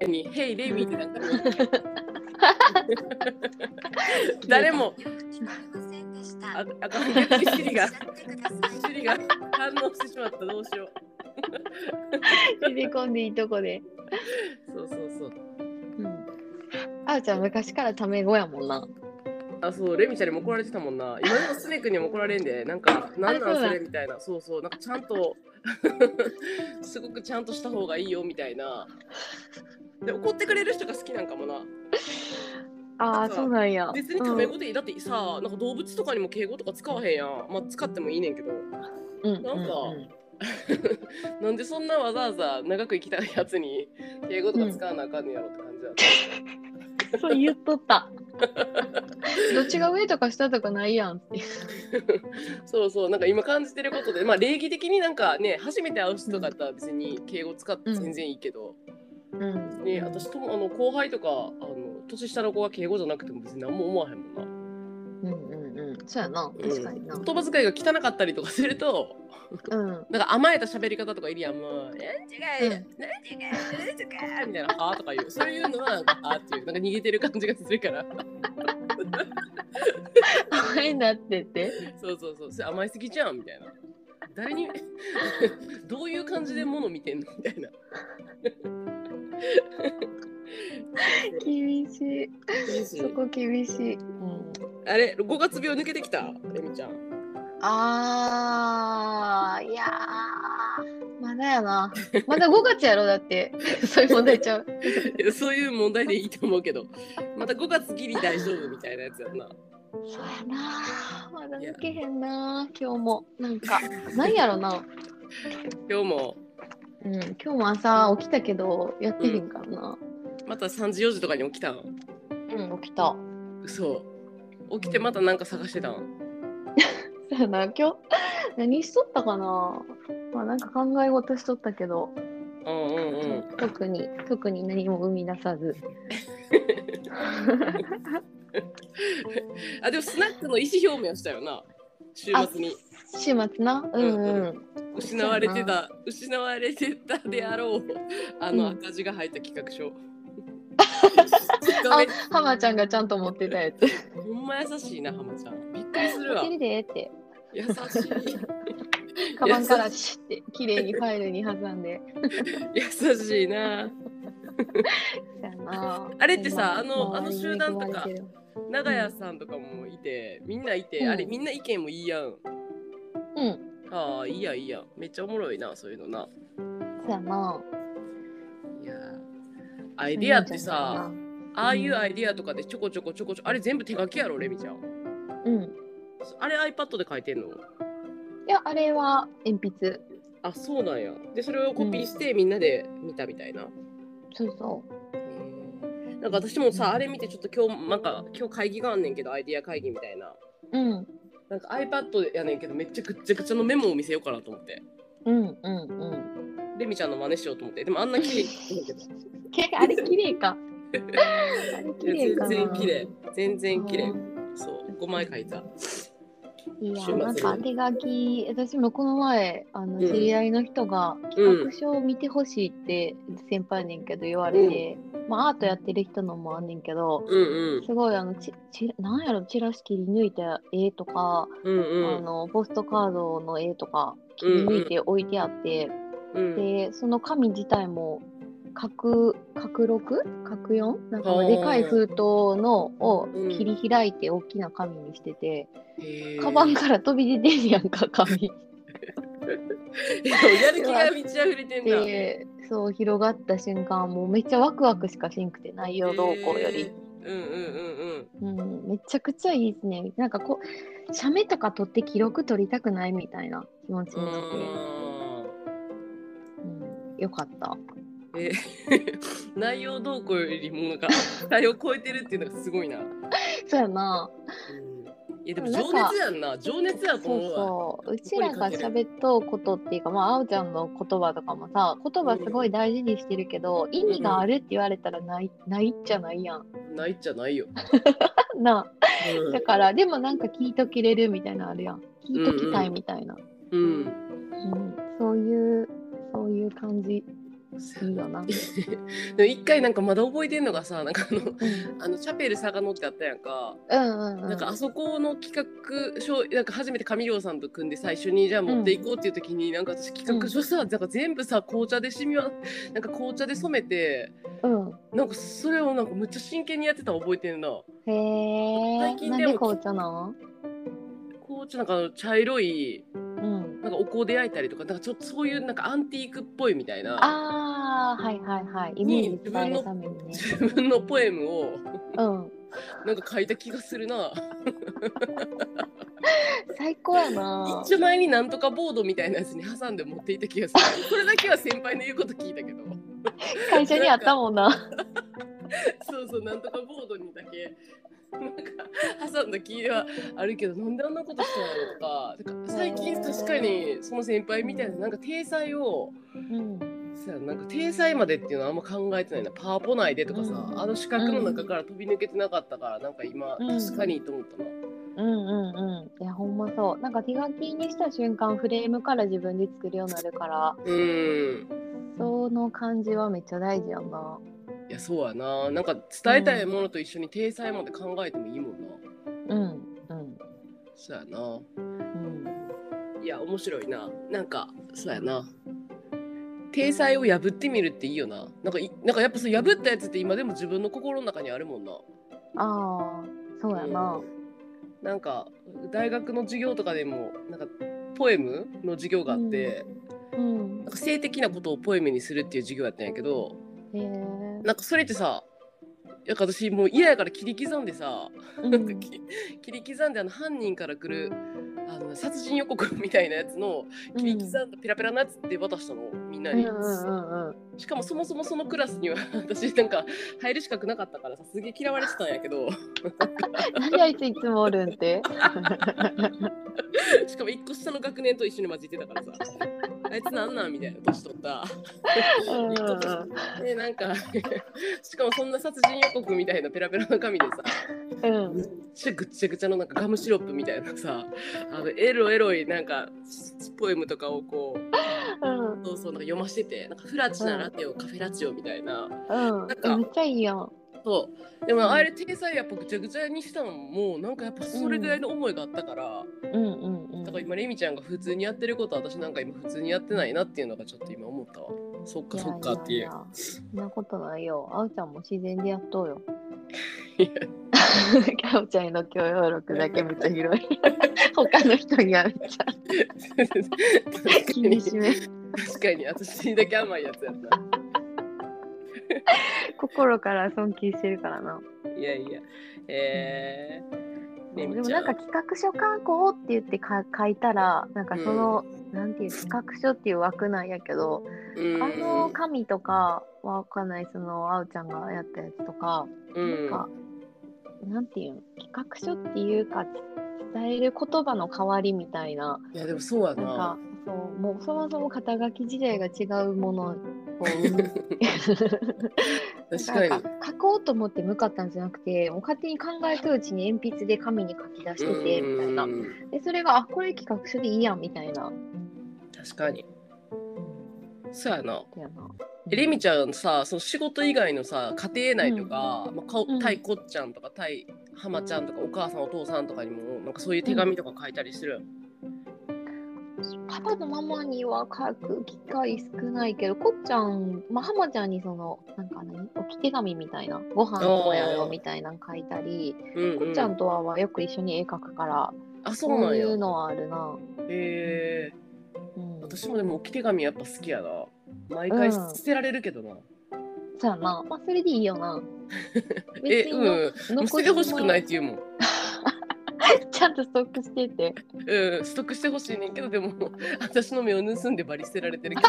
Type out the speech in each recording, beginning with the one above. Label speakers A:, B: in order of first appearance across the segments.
A: 後に「ヘイレイミー」ってなんか 言われて誰もああかん逆にシリがシリが反応してしまったどうしよう
B: 入れ込んでいいとこで。
A: そうそうそう
B: うん。あーちゃん昔からタメ語やもんな。
A: あそうレミちゃんにも怒られてたもんな今でもスネ君にも怒られんでなんかなんなん
B: あそう
A: そ
B: だ
A: れみたいなそうそうなんかちゃんと すごくちゃんとした方がいいよみたいなで怒ってくれる人が好きなんかもな
B: ああ、そうなんや。
A: 別にタメ語でいい、だってさなんか動物とかにも敬語とか使わへんやんまあ使ってもいいねんけど
B: うん。うん。
A: なんか
B: うん
A: なんでそんなわざわざ長く生きたいやつに敬語とか使わなあかんねやろって感じだ、
B: うんそう言っとった。どっちが上とか下とかないやんって。
A: そうそうなんか今感じてることでまあ礼儀的になんかね初めて会う人とかだったら別に敬語使って全然いいけど、
B: うん。
A: ね私ともあの後輩とかあの年下の子が敬語じゃなくても別に何も思わへんもんな
B: うんうんうん。そうやな。確かにな。
A: 言葉遣いが汚かったりとかすると
B: うん。
A: なんか甘えた喋り方とかいるやんもう「えんちがいなんちがいなんちがい」みたいな「はあ」とか言うそういうのはなんか「はあ」っていうなんか逃げてる感じがするから
B: 可愛いなってて。
A: そうそうそうそれ甘えすぎじゃんみたいな誰に どういう感じで物見てんのみたいな
B: 厳しい。 そこ厳しい。うん。
A: あれ5月病抜けてきたレミちゃん
B: あーいやーまだやなまだ5月やろだって そういう問題ちゃう
A: いやそういう問題でいいと思うけどまた5月ギリ大丈夫みたいなやつやんな
B: そうやなまだ抜けへんな今日もなんかなんやろな
A: 今日も
B: うん今日も朝起きたけどやってへんからな
A: また3時4時とかに起きたん
B: うん、起きたそ
A: 嘘起きてまたなんか探してたん
B: うやな今日何しとったかなまあなんか考え事しとったけど
A: うんうんうん
B: 特に特に何も生み出さ ず
A: あでもスナックの意思表明をしたよな週
B: あ
A: 末に
B: 週末なうん
A: う
B: うんん
A: 失われて
B: そうや
A: た失われてたであろうあの
B: うん
A: 赤字が入った企画書、
B: あハマちゃんがちゃんと持ってたやつ
A: ほんま優しいなハマちゃんびっくりするわ
B: いけるでって
A: 優 しい
B: カバンからシュッて綺麗にファイルに挟んで。
A: 優しいな
B: そやな
A: あれってさあの
B: 周りに
A: あの集団とか
B: 恵まれてる
A: 長屋さんとかもいてみんないて、
B: うん
A: あれみんな意見もいいやん
B: うん。
A: ああいいやんいいやんめっちゃおもろいなそういうのな
B: そやな。
A: いやーアイディアってさ
B: うん。
A: ああいうアイディアとかでちょこちょこちょこちょこあれ全部手書きやろレミちゃんあれ iPad で書いてんの
B: いやあれは鉛筆。
A: あそうなんやでそれをコピーしてみんなで見たみたいな、
B: そうそう。
A: へーなんか私もさあれ見てちょっと今日なんか今日会議があんねんけどアイディア会議みたいな
B: うん
A: なんか iPad やねんけどめっちゃぐっちゃぐちゃのメモを見せようかなと思って
B: うんうんうん。
A: レミちゃんの真似しようと思ってでもあんな綺麗に撮ってんけど
B: け あれ綺麗 か。あれ 綺麗
A: い
B: か
A: や全
B: な。
A: 然綺麗全然綺麗
B: うん
A: そう5枚書いた
B: い
A: 週末
B: や
A: に
B: なんか手書き私もこの前あの
A: うん
B: 知り合いの人が企画書を見てほしいって先輩やねんけど言われて、まあアートやってる人のもあんねんけど、
A: うんうん
B: すごいあのちちなんやろチラシ切り抜いた絵とか、
A: うんう
B: あ
A: ん
B: のポストカードの絵とか切り抜いて置いてあって、
A: うん
B: でその紙自体も角角六角四なんかまあでかい封筒のを
A: うん
B: 切り開いて大きな紙にしてて、
A: へー
B: カバンから飛び出てるや んか紙
A: でも やる気が満ち溢れてん だ
B: でそう広がった瞬間もうめっちゃワクワクしかしんくて内容動向より。
A: へーうんうんうん
B: うん、めちゃくちゃいいですね。なんかこう、写メとか撮って記録取りたくないみたいな気持ちになって、
A: うんうん
B: うん、よかった。
A: え 内容動向よりもなんか対を超えてるっていうのがすごいな。
B: そうやな。
A: いやでも
B: なん
A: 情
B: か
A: 熱やんな情熱やと
B: そう
A: 思うわ。
B: そう。うちらが喋っとうことっていうか、まあ、あおちゃんの言葉とかもさ、言葉すごい大事にしてるけど、意味があるって言われたらない、ないっちゃないやん。
A: ないっちゃないよ。
B: なあ
A: うん
B: だから、でもなんか聞いときれるみたいなのあるやん。聞いときたいみたいな。
A: うん
B: うん、そういう、そういう感じ。いいよな。
A: でも一回なんかまだ覚えてんのがさなんかあの
B: うん
A: あのチャペル坂のってあったやんか、
B: うんうん。
A: なんかあそこの企画書なんか初めて上陽さんと組んで最初にじゃあ持っていこうっていう時に、なんか私企画書さ、なんか全部さ紅茶で染みはなんか紅茶で染めて
B: うん。
A: なんかそれをなんかむっちゃ真剣にやってたの覚えてんな
B: へ
A: 最
B: え。
A: 近
B: なん
A: でも
B: で紅茶な
A: 紅茶なんかあの茶色い
B: の？うん。
A: なんかお香で焼いたりとかなんかちょっとそういうなんかアンティークっぽいみたいな
B: ああはいはいはい。イメージ伝えるためにね。
A: 自分のポエムを
B: うん。
A: なんか書いた気がするな
B: 最高やな。
A: 一応前になんとかボードみたいなやつに挟んで持っていた気がするこれだけは先輩の言うこと聞いたけど
B: 会社にあったもんな。
A: そうそうなんとかボードにだけなんか挟んだ気はあるけどなんであんなことしたのとかなんか最近確かにその先輩みたいななんか体裁を
B: うん。
A: そうやななんか体裁までっていうのはあんま考えてないなパワポ内でとかさ、
B: うん
A: あの四角の中から飛び抜けてなかったからなんか今、
B: うん
A: 確かにと思ったな。
B: うんうんうん。いやほんまそう。なんか手書きにした瞬間フレームから自分で作るようになるから、
A: うん
B: その感じはめっちゃ大事やな。
A: いやそうやななんか伝えたいものと一緒に体裁まで考えてもいいもんな。
B: うんうん
A: そうやな。
B: うん。
A: いや面白いななんかそうやな体裁を破ってみるっていいよななんかいなんかやっぱそう破ったやつって今でも自分の心の中にあるもんな
B: ああそうやな。
A: うんなんか大学の授業とかでもなんかポエムの授業があって、
B: うん
A: なん。か性的なことをポエムにするっていう授業やったんやけど
B: へえ。
A: なんかそれってさなんか私もう嫌やから切り刻んでさ、
B: う
A: なんか
B: ん
A: き切り刻んであの犯人から来るあの殺人予告みたいなやつの切り刻んだペラペラなやつって渡したのみんな
B: うん
A: に、
B: うんうんうん。
A: しかもそもそもそのクラスには 私なんか入る資格なかったからさすげえ嫌われてたんやけど
B: 何あいついつもおるんって。
A: しかも一個下の学年と一緒に混じってたからさ あいつなんなんみたいな年取った
B: うんうん
A: でなんか しかもそんな殺人予告みたいなペラペラの紙でさ
B: うん。うん。
A: ぐっちゃぐっちゃぐちゃのなんかガムシロップみたいなさあのエロエロいなんかポエムとかをこ
B: うん
A: うそうそうなんか読ませててなんかフラチナラテオカフェラチオみたいな
B: うん。えめっちゃいいやん。
A: そうでもあれ体裁やっぱぐちゃぐちゃにしたのもなんかやっぱそれぐらいの思いがあったから、
B: うんうんうん。
A: だから今レミちゃんが普通にやってることは私なんか今普通にやってないなっていうのがちょっと今思ったわそっかそっかっていう
B: やややそんなことないよ。あうちゃんも自然でやっとうよ。
A: いや
B: か おちゃんへの許容力だけめっちゃ広い。他の人にはめっちゃ
A: 確 か
B: 気に
A: に
B: しめ。
A: 確かに私だけ甘いやつやった
B: 心から尊敬してるからな。
A: いやいやえー、
B: で
A: レ
B: も
A: ミちゃ
B: なんか企画書刊行って言ってか書いたらなんかその、なんていう企画書っていう枠なんやけど、
A: うん
B: あの紙とかはわかんないそのあうちゃんがやったやつとか、
A: うん
B: なんかなんていうの企画書っていうか伝える言葉の代わりみたいな。
A: いやでもそうや
B: なん
A: な
B: かそうもうそもそも肩書き自体が違うものを生む
A: 確かに
B: なんか書こうと思って向かったんじゃなくてもう勝手に考えたうちに鉛筆で紙に書き出しててみたいな
A: うん
B: でそれがあこれ企画書でいいやんみたいな
A: 確かにそうやな
B: やな
A: えレミちゃんさその仕事以外のさ家庭内とか、まあ、かお
B: うん
A: たいこっちゃんとかたいはまちゃんとかお母さんお父さんとかにもなんかそういう手紙とか書いたりする、
B: パパとママには書く機会少ないけどこっちゃんまあはまちゃんにそのなんか何置き手紙みたいなご飯どうやろうみたいなの書いたり
A: うんうん
B: こっちゃんとははよく一緒に絵描くから
A: あそう
B: そ
A: な
B: うんい
A: や
B: うのはあるな。
A: え
B: うん
A: ー、私もでも置き手紙やっぱ好きやな毎回捨てられるけどな、
B: そうやな。まあ、それでいいよ な。
A: え
B: 別にの
A: うんもう捨
B: 残
A: て
B: して
A: ほしくないって言うもん
B: ちゃんとストックしてて。
A: うんストックしてほしいねんけどでも 私の目を盗んでバリ捨てられてる けど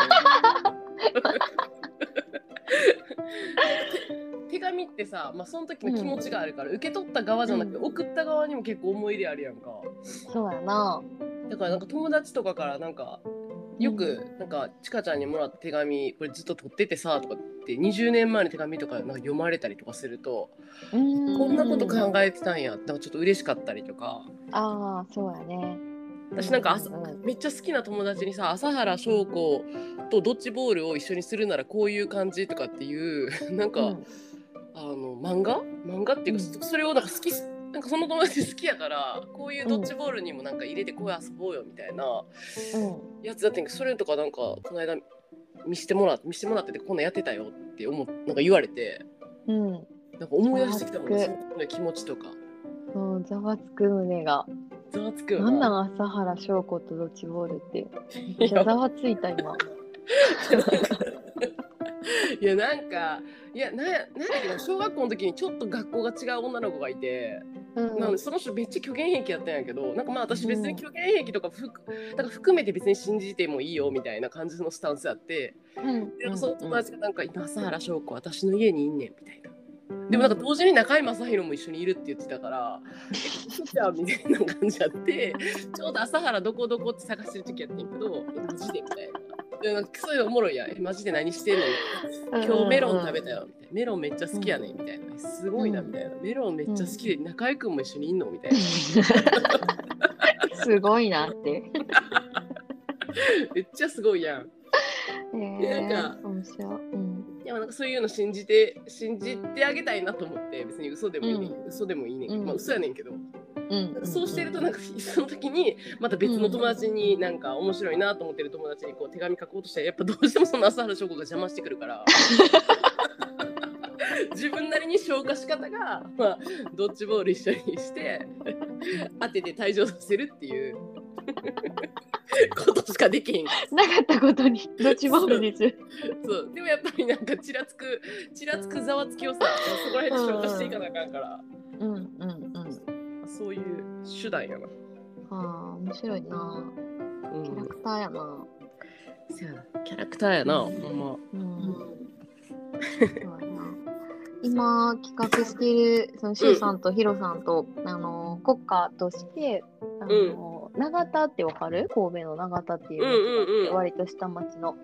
A: 手紙ってさ、まあ、その時の気持ちがあるから、受け取った側じゃなくて、
B: うん
A: 送った側にも結構思い入れあるやんか
B: そうやな。
A: だからなんか友達とかからなんかよくなんかちかちゃんにもらった手紙これずっと取っててさとかって20年前の手紙とかなんか読まれたりとかすると、
B: うーん
A: こんなこと考えてたんやってちょっと嬉しかったりとか
B: ああ、そうやね。
A: 私なんか朝
B: うん
A: めっちゃ好きな友達にさ朝原翔子とドッジボールを一緒にするならこういう感じとかっていう なんか、
B: うん
A: あの漫画漫画っていうか、
B: う
A: それをなんか好きなんかその友達好きやからこういうドッジボールにもなんか入れてこう遊ぼうよみたいな
B: うん
A: やつだってんけどそれとかなんかこの間見してもらって見してもらっててこんなんやってたよって思っなんか言われて
B: うん
A: なんか思い出してきたもんね
B: ざわ
A: その気持ちとか
B: そうざわつく胸が
A: ざわつくよ
B: な んなん朝原翔子とドッジボールってめっちゃざわついた今
A: いやなんかいやなんやなんだけど小学校の時にちょっと学校が違う女の子がいて、
B: うん
A: なんでその人めっちゃ虚言癖やったんやけどなんかまあ私別に虚言癖とかふくなんか含めて別に信じてもいいよみたいな感じのスタンスやって
B: うん
A: でなんかその友 達がなんか「今朝原翔子私の家にいんねん」みたいな。でもなんか同時に中居正広も一緒にいるって言ってたから「えちょっとや」みたいな感じやってちょうど朝原どこどこって探してる時やってんけど「えマジで」みたいな。でなんかそういうのおもろいやんえマジで何してんの今日メロン食べたよみたいなメロンめっちゃ好きやねみたいなすごいなみたいなメロンめっちゃ好きで中居君も一緒にいんのみたいな
B: すごいなって。
A: めっちゃすごいやん
B: え
A: なんか
B: 面白い。うん。
A: でもなんかそういうの信じて信じてあげたいなと思って別に嘘でもいいね、
B: うん
A: 嘘でもいいね、
B: うん
A: まあ嘘やねんけど
B: うん。
A: そうしてるとなんか その時にまた別の友達になんか面白いなと思ってる友達にこう手紙書こうとしたらやっぱどうしてもその朝原翔子が邪魔してくる から自分なりに消化し方が、まあ、ドッジボール一緒にして当てて退場させるっていう ことしかできへんから
B: なかったことに、どっちも無理する。
A: そうでもやっぱりなんかちらつくちらつくざわつきをさそこら辺で消化していかなあかんから
B: うんうんうん。
A: そういう手段やな。
B: ああ、面白いな。
A: う
B: キャラ
A: ん
B: クターやな。
A: せやなキャラクターやな、ほんま。
B: うん。そうやな。今企画しているそのシュウさんとヒロさんと、あの国家としてあの、長田ってわかる神戸の長田っていう町があって、
A: うんうんうん
B: 割と下町の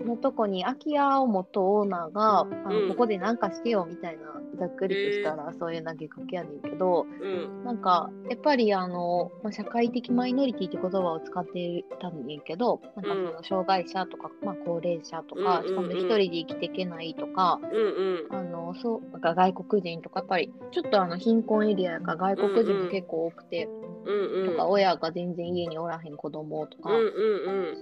A: うん
B: のとこに空き家を持っとオーナーがあの、
A: うん
B: ここで何かしてよみたいなざっくりとしたら、そういう投げかけやねんけど
A: うん
B: なんかやっぱりあの、まあ、社会的マイノリティって言葉を使ってたんやけどなんかそ
A: うん
B: の障害者とか、まあ、高齢者とか、
A: うんうんうん
B: しかも一人で生きていけないとか
A: うんうん
B: あのそうなんか外国人とかやっぱりちょっとあの貧困エリアやから外国人も結構多くて、
A: うんうん
B: とか親が全然家におらへん子供とか。
A: うんうん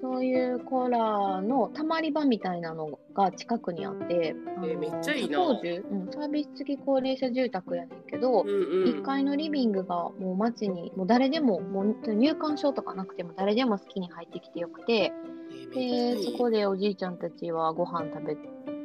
B: そういうコーラのたまり場みたいなのが近くにあって、あの
A: えーめっちゃいいな
B: 当時、うん、サービス付き高齢者住宅やねんけど、
A: うんうん
B: 1階のリビングがもう街にもう誰でももう入館証とかなくても誰でも好きに入ってきてよくて
A: えーめっちゃい
B: で
A: い
B: そこでおじいちゃんたちはご飯食べ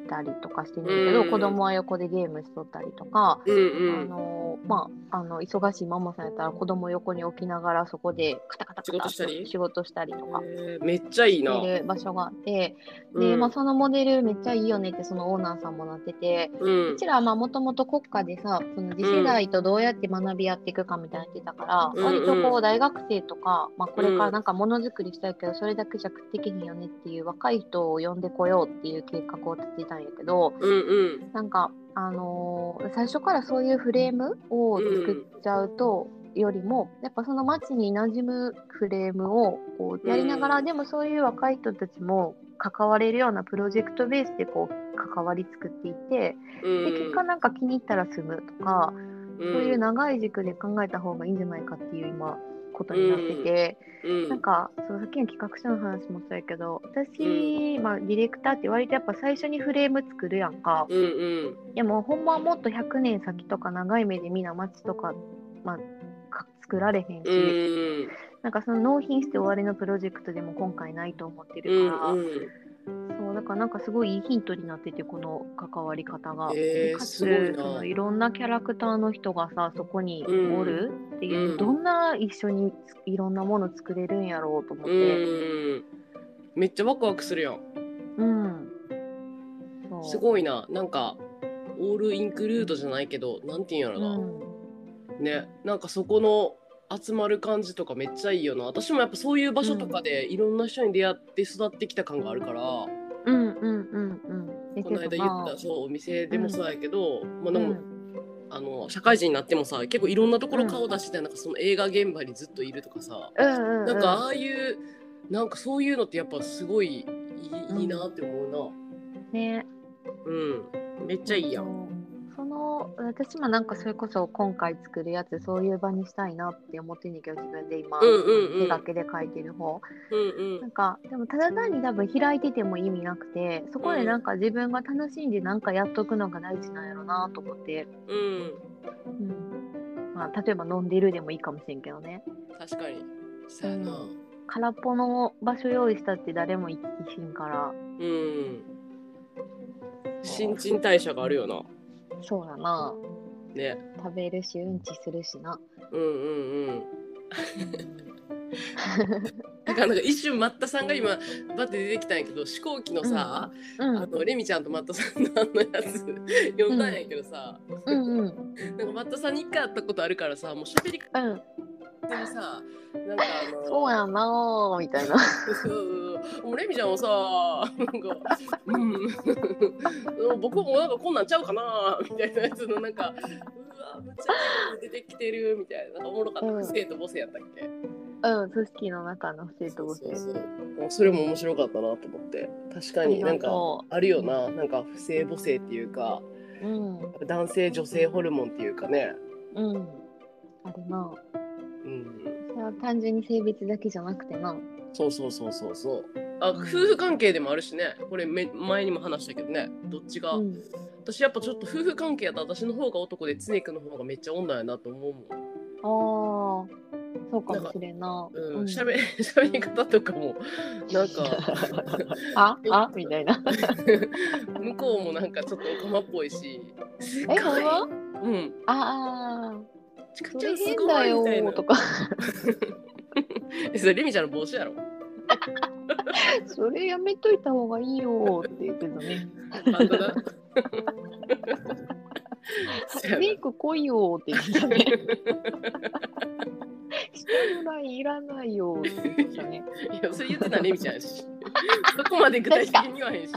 B: たりとかしてるけど、
A: うん
B: 子供は横でゲームしとったりとか、
A: うん
B: あ
A: うん
B: のまあ、あの忙しいママさんやったら子供横に置きながらそこでカタカタカ
A: 仕事
B: タ
A: したり
B: 仕事したりとか。
A: えーめっちゃいいな
B: ってる場所があって、
A: う
B: で、
A: ん
B: まあ、そのモデルめっちゃいいよねってそのオーナーさんもなってて、
A: うん
B: うちらはもともと国家でさその次世代とどうやって学び合っていくかみたいなの言ってたから、
A: うん
B: 割
A: う
B: と
A: ん
B: こ
A: う
B: うん大学生とか、まあ、これか
A: う
B: ら
A: ん
B: なんかものづくりしたいけどそれだけじゃ食ってけへんよねっていう若い人を呼んでこようっていう計画を立てたんやけど
A: うんうん
B: なんか、あのー最初からそういうフレームを作っちゃうと、よりもやっぱその街に馴染むフレームをこうやりながら、
A: うん
B: でもそういう若い人たちも関われるようなプロジェクトベースでこう関わり作っていて、
A: うん
B: で結果なんか気に入ったら住むとか、
A: うん
B: そういう長い軸で考えた方がいいんじゃないかっていう今ことになってて。
A: うん
B: なんかそうさっきの企画書の話もそうやけど私、まあ、ディレクターって割とやっぱ最初にフレーム作るやんか、
A: うんうん
B: でもほんまはもっと100年先とか長い目でみんな街とか,、まあ、か作られへんし、
A: うんうん
B: なんかその納品して終わりのプロジェクトでも今回ないと思って
A: う
B: るから、
A: んうん
B: そうだからなんかすごいいいヒントになっててこの関わり方が、
A: えー
B: かつ
A: すごいな
B: そのいろんなキャラクターの人がさそこに
A: うん
B: おるっていう、
A: うん
B: どんな一緒についろんなもの作れるんやろうと思っ
A: う
B: て、
A: んめっちゃワクワクするやん
B: うんそう
A: すごいななんかオールインクルードじゃないけどなんていうんやろな、
B: うん
A: ねなんかそこの集まる感じとかめっちゃいいよな私もやっぱそういう場所とかでいろんな人に出会って育ってきた感があるから、
B: うんうんうんうん。
A: この間言ったそうお店でもそうやけど、まあでも、
B: うん
A: あの社会人になってもさ結構いろんなところ顔出して、なんかその映画現場にずっといるとかさ、
B: うんうん、
A: なんかああいうなんかそういうのってやっぱすごいいい,、
B: うん
A: いいなって思
B: ね
A: うなうんめっちゃいいやん
B: そうその私もなんかそれこそ今回作るやつそういう場にしたいなって思ってんねんけど自分で今、
A: うんうんうん
B: 手書きで書いてる方
A: うんう
B: なんんかでもただ単に多分開いてても意味なくてそこでなんか自分が楽しんでなんかやっとくのが大事なんやろなと思って、
A: うん
B: うんまあ、例えば飲んでるでもいいかもしれんけどね
A: 確かにそうやな
B: 空っぽの場所用意したって誰も行きしんか
A: う
B: ら
A: ん新陳代謝があるよな
B: そうやな
A: ね
B: 食べるしうんちするしな
A: うんうんうんだからなんか一瞬マッタさんが今バッて出てきたんやけど飛行機のさ、
B: うん
A: あのレミちゃんとマッタさんのあのやつ読んだんやけどさ、
B: うんうん
A: なんかマッタさんに一回会ったことあるからさもう喋りか
B: うん
A: けにさなんかあの
B: そうやなーみたいな
A: そうそうもうレミちゃんは さなんか、うん、 僕もなんかこんなんちゃうかなみたいなやつのなんかうわむっちゃ出てきてるみたいななんかおもろかった、
B: うん
A: 生徒母性やったっけ
B: うん組織の中の生徒
A: そう
B: と
A: そうそうもうそれも面白かったなと思って確かになんかあるよななんか不正母性っていうか
B: うん
A: 男性女性ホルモンっていうかね
B: うんあるな
A: うん
B: それは単純に性別だけじゃなくてな
A: そうそうそうそうそうあ夫婦関係でもあるしねこれめ前にも話したけどねどっちが、
B: うん
A: 私やっぱちょっと夫婦関係やったら私の方が男で常くんの方がめっちゃ女やなと思うもん、
B: あーそうかもしれんな。
A: う、
B: うんん
A: しゃべ喋り 方とかもなん か
B: ああみたいな。
A: 向こうもなんかちょっとオカマっぽいしすっご
B: え、
A: い
B: ほんま
A: うん
B: ああ、
A: チカ
B: そ
A: ちゃ
B: れ
A: んす
B: 変
A: ご
B: だ
A: いみたい
B: よ
A: な
B: ーとか、
A: えそれレミちゃんの帽子やろ
B: それやめといた方がいいよーって言うけどね、
A: バンド だ そうやな
B: メイク濃いよーって言ってたね。下ぐらいいらないよーって言ってたね。
A: いやそれ言ってた レミちゃんやしそこまで具体的に言わへんし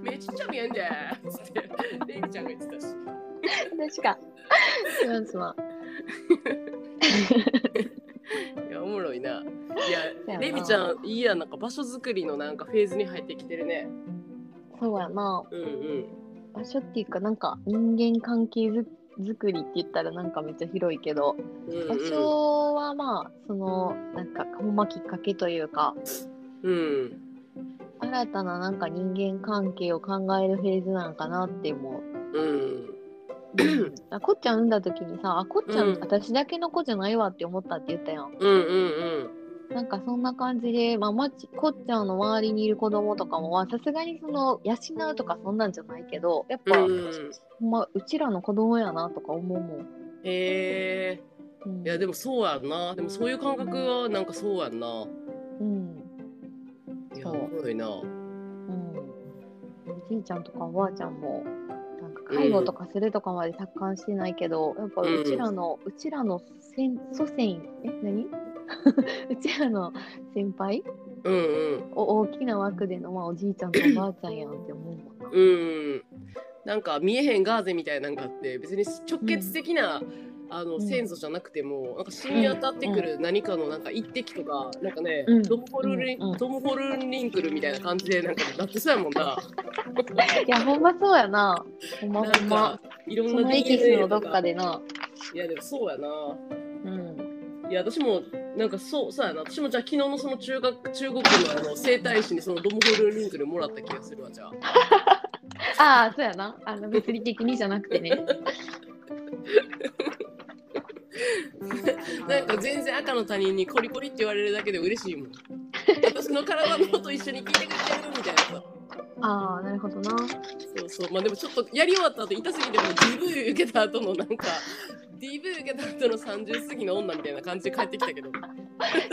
A: めっちゃ見えんでーつってレミちゃんが言ってたし
B: 確か。すまんすまん。
A: いやおもろいな。い
B: そう
A: や
B: やな
A: レミちゃんいいやなんか場所作りのなんかフェーズに入ってきてるね。
B: そうやな。
A: うん
B: 場所っていうか、なんか人間関係づ作りって言ったらなんかめっちゃ広いけど、
A: うん。うんうん、
B: 場所はまあそのなんかほんまきっかけというか
A: うん
B: 新たななんか人間関係を考えるフェーズなんかなって思う。
A: うん
B: あこっちゃん産んだ時にさあこっちゃん、
A: うん
B: 私だけの子じゃないわって思ったって言ったやん
A: うんうん
B: なんかそんな感じで、まあ、まちこっちゃんの周りにいる子供とかもはさすがにその養うとかそんなんじゃないけどやっ
A: う
B: ぱ、
A: んうん。
B: ほんまうちらの子供やなとか思うもん。
A: へえ
B: うん、
A: いやでもそうやんなでもそういう感覚はなんかそうやんな。
B: うん
A: いや
B: そう
A: おもろいな。
B: うん、おじいちゃんとかおばあちゃんもなんか介護とかするとかまで達観してないけど、やっぱ
A: うん
B: うちらの、うちらの先祖先え何 うちらの先輩
A: うんうん
B: お大きな枠での、まあ、おじいちゃんとおばあちゃんやんって思うも んな。
A: うん。なんか見えへんガーゼみたいなんかあって別に直結的な、あの
B: うん
A: 先祖じゃなくても、なんか染み当たってくる何かのなんか一滴とか、なんかね、
B: うん
A: ドムホルリン、
B: うんうん
A: ドムホルンリンクルみたいな感じでなんかなってそうやもんな。
B: いやほんまそうやな。 ほんま
A: な
B: ほん
A: ん
B: ま
A: か。いろん
B: そ
A: な
B: のエキスのど
A: と
B: っかでな。
A: いやでもそうやな。
B: うん。
A: いや私もなんかそうそうやな。私もじゃあ昨日のその中学中国のあの整体師にそのドムホルンリンクルもらった気がするわじゃあ。
B: ああそうやな。あの物理的にじゃなく てね。
A: なんか全然赤の他人にコリコリって言われるだけで嬉しいもん。私の体のこと一緒に聞いてくれてるみたいなさ。
B: ああなるほどな。
A: そうそう。まあでもちょっとやり終わった後痛すぎてもう DV 受けた後のなんか DV 受けた後の30過ぎの女みたいな感じで帰ってきたけど。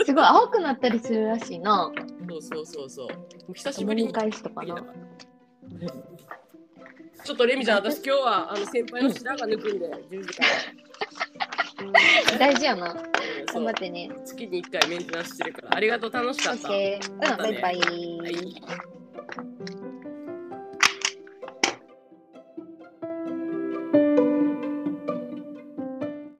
B: すごい青くなったりするらしいな。
A: そうそうそうそう。もう久しぶり
B: 盛り
A: に。
B: 返しとかな。
A: ちょっとレミちゃん、私今日はあの先輩の白が抜くんで、10時から。
B: 大事やな。
A: うんそ
B: 頑
A: う
B: 張ってね。
A: 月に1回メンテナンスしてるから、ありがとう、楽し
B: オ
A: かっ
B: ッ
A: た。
B: ケー。うん、バイバイ。
A: はい